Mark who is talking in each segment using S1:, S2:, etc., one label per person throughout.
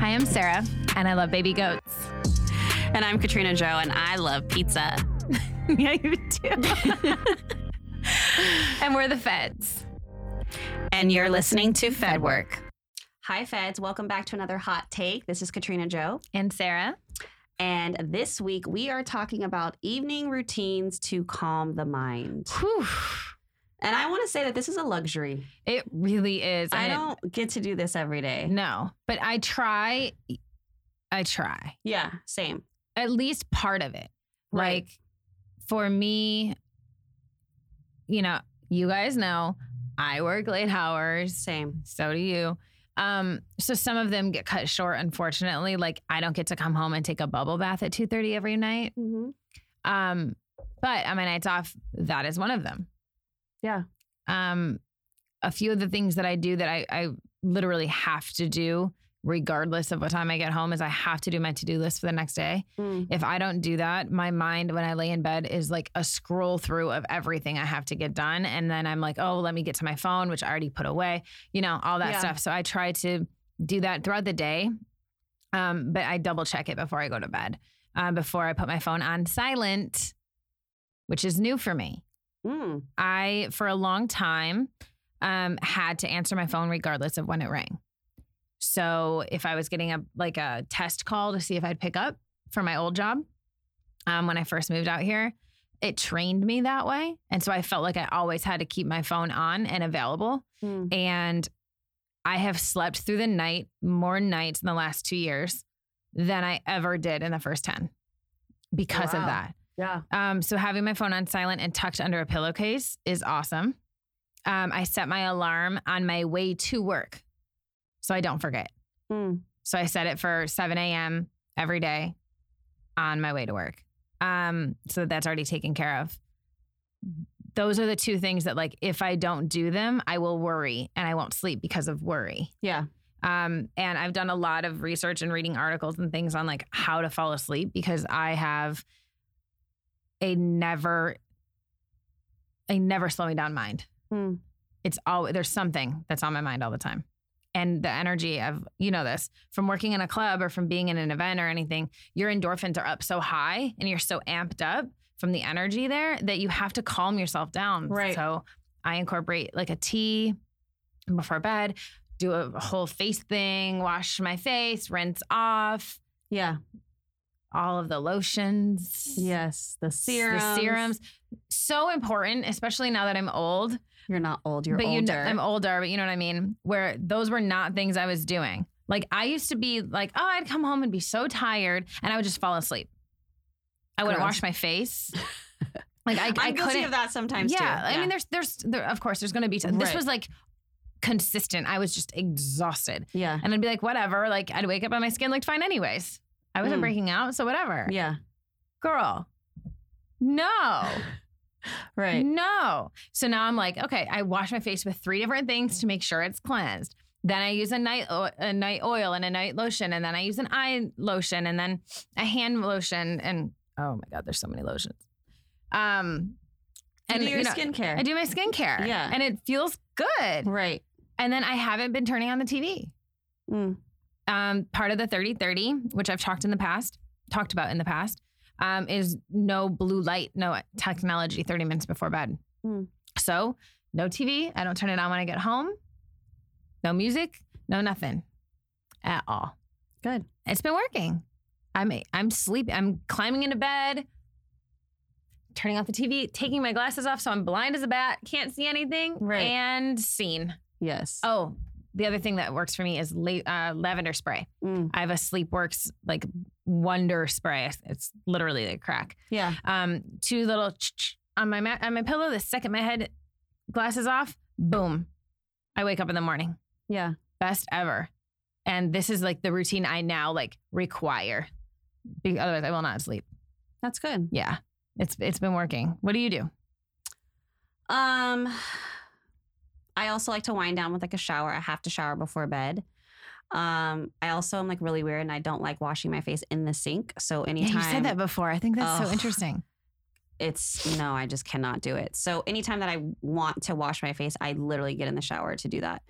S1: am Sarah, and I love baby goats.
S2: And I'm Katrina Joe, and I love pizza.
S1: yeah, you do. and we're the feds.
S2: And you're listening to Fed Work. Hi, Feds. Welcome back to another hot take. This is Katrina Joe.
S1: And Sarah.
S2: And this week we are talking about evening routines to calm the mind.
S1: Whew,
S2: And I want to say that this is a luxury.
S1: it really is.
S2: I
S1: and it-
S2: don't get to do this every day.
S1: No, but I try. I try
S2: Yeah, same.
S1: at least part of it.
S2: Right.
S1: Like for me, you know, you guys know I work late hours.
S2: Same.
S1: So do you. Um, so some of them get cut short, unfortunately. Like I don't get to come home and take a bubble bath at 2:30 every night.
S2: Mm-hmm.
S1: Um, but on my nights off, that is one of them.
S2: Yeah.
S1: Um, a few of the things that I do that I, I literally have to do, regardless of what time I get home, is I have to do my to-do list for the next day. If I don't do that, my mind when I lay in bed is like a scroll through of everything I have to get done. And then I'm like, oh, let me get to my phone, which I already put away, you know, all that
S2: Yeah.
S1: stuff. So I try to do that throughout the day. Um, but I double check it before I go to bed, uh, before I put my phone on silent, which is new for me.
S2: Mm.
S1: I, for a long time, um, had to answer my phone regardless of when it rang. So if I was getting a like a test call to see if I'd pick up for my old job, um, when I first moved out here, it trained me that way, and so I felt like I always had to keep my phone on and available.
S2: Mm.
S1: And I have slept through the night more nights in the last two years than I ever did in the first ten because
S2: Wow.
S1: of that.
S2: Yeah.
S1: Um, so having my phone on silent and tucked under a pillowcase is awesome. Um, I set my alarm on my way to work so I don't forget.
S2: Mm.
S1: So I set it for 7 a.m. every day on my way to work. Um, so that's already taken care of. Those are the two things that, like, if I don't do them, I will worry and I won't sleep because of worry.
S2: Yeah.
S1: Um, and I've done a lot of research and reading articles and things on like how to fall asleep because I have a never, a never slowing down mind.
S2: Hmm.
S1: It's always there's something that's on my mind all the time. And the energy of, you know, this from working in a club or from being in an event or anything, your endorphins are up so high and you're so amped up from the energy there that you have to calm yourself down.
S2: Right.
S1: So I incorporate like a tea before bed, do a whole face thing, wash my face, rinse off
S2: Yeah.
S1: all of the lotions.
S2: Yes. The serums.
S1: The serums. So important, especially now that I'm old.
S2: You're not old. You're
S1: but
S2: older.
S1: you know, I'm older, but you know what I mean? Where those were not things I was doing. Like I used to be like, oh, I'd come home and be so tired and I would just fall asleep. I wouldn't
S2: Gross.
S1: wash my face. like I, I
S2: I'm guilty
S1: couldn't
S2: of that sometimes
S1: yeah,
S2: too.
S1: I mean, there's, there's, there, of course, there's going to be. T- This
S2: Right.
S1: was like consistent. I was just exhausted,
S2: yeah.
S1: and I'd be like, whatever. Like I'd wake up and my skin looked fine anyways. I wasn't
S2: Mm.
S1: breaking out, so whatever.
S2: Yeah.
S1: Girl, no,
S2: Right.
S1: no. So now I'm like, okay, I wash my face with three different things to make sure it's cleansed. Then I use a night o- a night oil and a night lotion, and then I use an eye lotion, and then a hand lotion, and oh my god, there's so many lotions. Um,
S2: And do your
S1: you know,
S2: skincare.
S1: I do my skincare.
S2: Yeah.
S1: And it feels good.
S2: Right.
S1: And then I haven't been turning on the TV.
S2: Mm.
S1: Um, part of the 30 30, which I've talked in the past, talked about in the past, um, is no blue light, no technology 30 minutes before bed.
S2: Hmm.
S1: So no TV. I don't turn it on when I get home. No music, no nothing at all.
S2: Good.
S1: It's been working. I'm I'm sleeping. I'm climbing into bed, turning off the TV, taking my glasses off so I'm blind as a bat, can't see anything,
S2: Right.
S1: and seen.
S2: Yes.
S1: Oh, the other thing that works for me is la- uh, lavender spray.
S2: Mm.
S1: I have a SleepWorks like wonder spray. It's literally like crack.
S2: Yeah.
S1: Um, two little ch-ch on my mat on my pillow. The second my head glasses off, boom, I wake up in the morning.
S2: Yeah.
S1: Best ever. And this is like the routine I now like require. Be- otherwise, I will not sleep.
S2: That's good.
S1: Yeah, it's it's been working. What do you do?
S2: Um, I also like to wind down with like a shower. I have to shower before bed. Um, I also am like really weird and I don't like washing my face in the sink. So anytime
S1: you said that before. I think that's so
S2: Ugh.
S1: interesting.
S2: it's no, I just cannot do it. So anytime that I want to wash my face, I literally get in the shower to do that.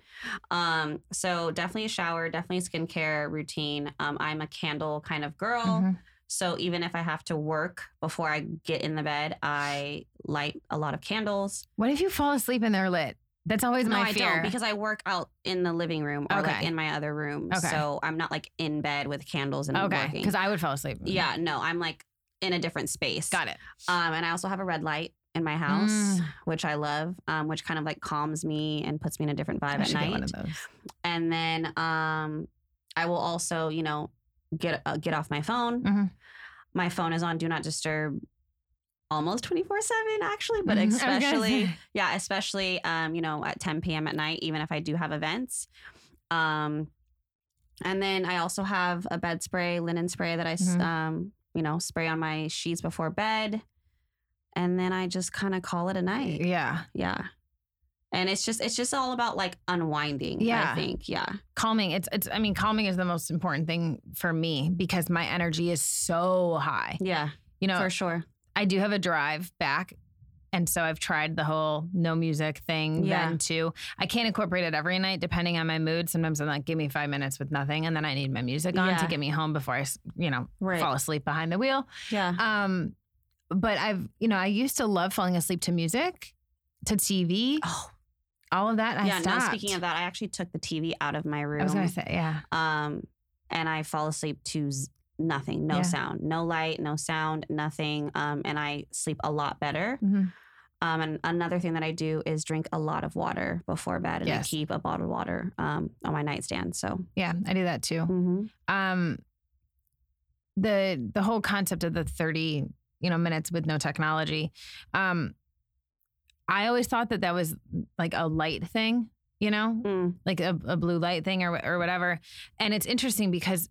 S2: Um, so definitely a shower, definitely a skincare routine. Um, I'm a candle kind of girl.
S1: Mhm.
S2: So even if I have to work before I get in the bed, I light a lot of candles.
S1: What if you fall asleep and they're lit? That's always
S2: no,
S1: my
S2: I
S1: fear.
S2: don't because I work out in the living room or like
S1: Okay.
S2: in my other room.
S1: Okay.
S2: So I'm not like in bed with candles and
S1: okay,
S2: working.
S1: because I would fall asleep.
S2: yeah, no, I'm like in a different space.
S1: got it.
S2: Um, and I also have a red light in my house,
S1: Mm.
S2: which I love, um, which kind of like calms me and puts me in a different vibe
S1: I
S2: at
S1: should get one
S2: night.
S1: of those.
S2: And then um, I will also, you know, get uh, get off my phone.
S1: Mhm.
S2: My phone is on do not disturb almost 24 7 actually but
S1: Mhm. I was gonna
S2: especially
S1: say.
S2: yeah especially um you know at 10 p.m at night even if i do have events um and then i also have a bed spray linen spray that i s-
S1: Mhm.
S2: um you know spray on my sheets before bed and then i just kind of call it a night
S1: Yeah,
S2: yeah and it's just it's just all about like unwinding i
S1: Yeah.
S2: think yeah
S1: calming. It's it's. I mean, calming is the most important thing for me because my energy is so high.
S2: yeah
S1: You know,
S2: for sure
S1: I do have a drive back. And so I've tried the whole no music thing
S2: Yeah.
S1: then too. I can't incorporate it every night depending on my mood. Sometimes I'm like, give me five minutes with nothing. And then I need my music on
S2: Yeah.
S1: to get me home before I, s- you know,
S2: right
S1: fall asleep behind the wheel.
S2: yeah
S1: Um, but I've, you know, I used to love falling asleep to music, to TV,
S2: oh
S1: all of that. I
S2: yeah
S1: stopped.
S2: no speaking of that i actually took the tv out of my room
S1: I was going to say, yeah.
S2: um, and I fall asleep to z- nothing, no
S1: Yeah.
S2: sound, no light, no sound, nothing, um, and I sleep a lot better.
S1: Mhm.
S2: Um, and another thing that I do is drink a lot of water before bed, and I
S1: Yes.
S2: keep a bottle of water um, on my nightstand. So,
S1: Yeah, I do that too.
S2: mhm.
S1: um the the whole concept of the 30 you know minutes with no technology um i always thought that that was like a light thing you know
S2: Mm,
S1: like a, a blue light thing or wh- or whatever and it's interesting because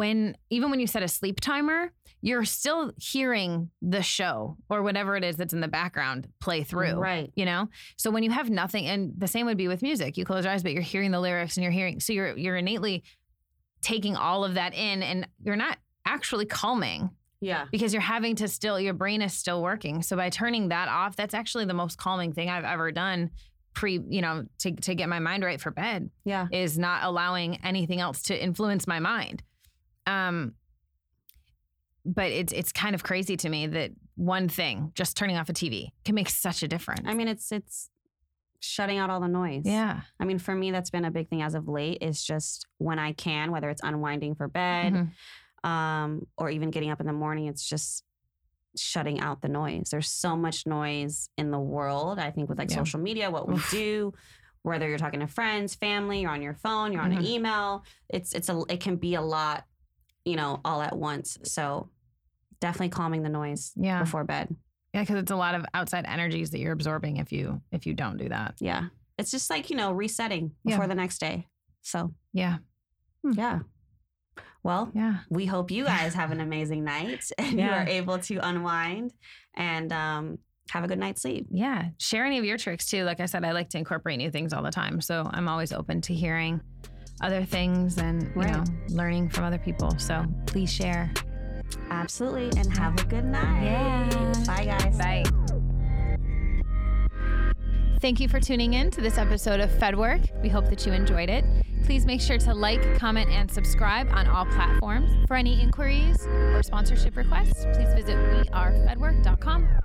S1: when even when you set a sleep timer you're still hearing the show or whatever it is that's in the background play through
S2: right?
S1: you know so when you have nothing and the same would be with music you close your eyes but you're hearing the lyrics and you're hearing so you're you're innately taking all of that in and you're not actually calming
S2: Yeah,
S1: because you're having to still your brain is still working so by turning that off that's actually the most calming thing i've ever done pre you know to to get my mind right for bed
S2: yeah,
S1: is not allowing anything else to influence my mind. Um, but it's it's kind of crazy to me that one thing, just turning off a TV, can make such a difference.
S2: I mean, it's it's shutting out all the noise.
S1: yeah,
S2: I mean, for me, that's been a big thing as of late. Is just when I can, whether it's unwinding for bed,
S1: Mhm.
S2: um, or even getting up in the morning. It's just shutting out the noise. There's so much noise in the world. I think with like
S1: Yeah.
S2: social media, what we
S1: Oof.
S2: do, whether you're talking to friends, family, you're on your phone, you're on an
S1: Mhm.
S2: email. It's it's a it can be a lot, you know, all at once. So definitely calming the noise
S1: yeah,
S2: before bed.
S1: yeah, because it's a lot of outside energies that you're absorbing if you if you don't do that.
S2: Yeah. It's just like, you know, resetting
S1: Yeah. Mm.
S2: before the next day. So
S1: Yeah,
S2: yeah. Well,
S1: yeah,
S2: we hope you guys have an amazing night and you
S1: Yeah.
S2: are able to unwind and um, have a good night's sleep.
S1: yeah. Share any of your tricks too. Like I said, I like to incorporate new things all the time, so I'm always open to hearing other things and you
S2: Right.
S1: know learning from other people. So please share.
S2: Absolutely. And have a good night.
S1: Yeah.
S2: Bye, guys.
S1: Bye. Thank you for tuning in to this episode of FedWork. We hope that you enjoyed it. Please make sure to like, comment, and subscribe on all platforms. For any inquiries or sponsorship requests, please visit wearefedwork.com.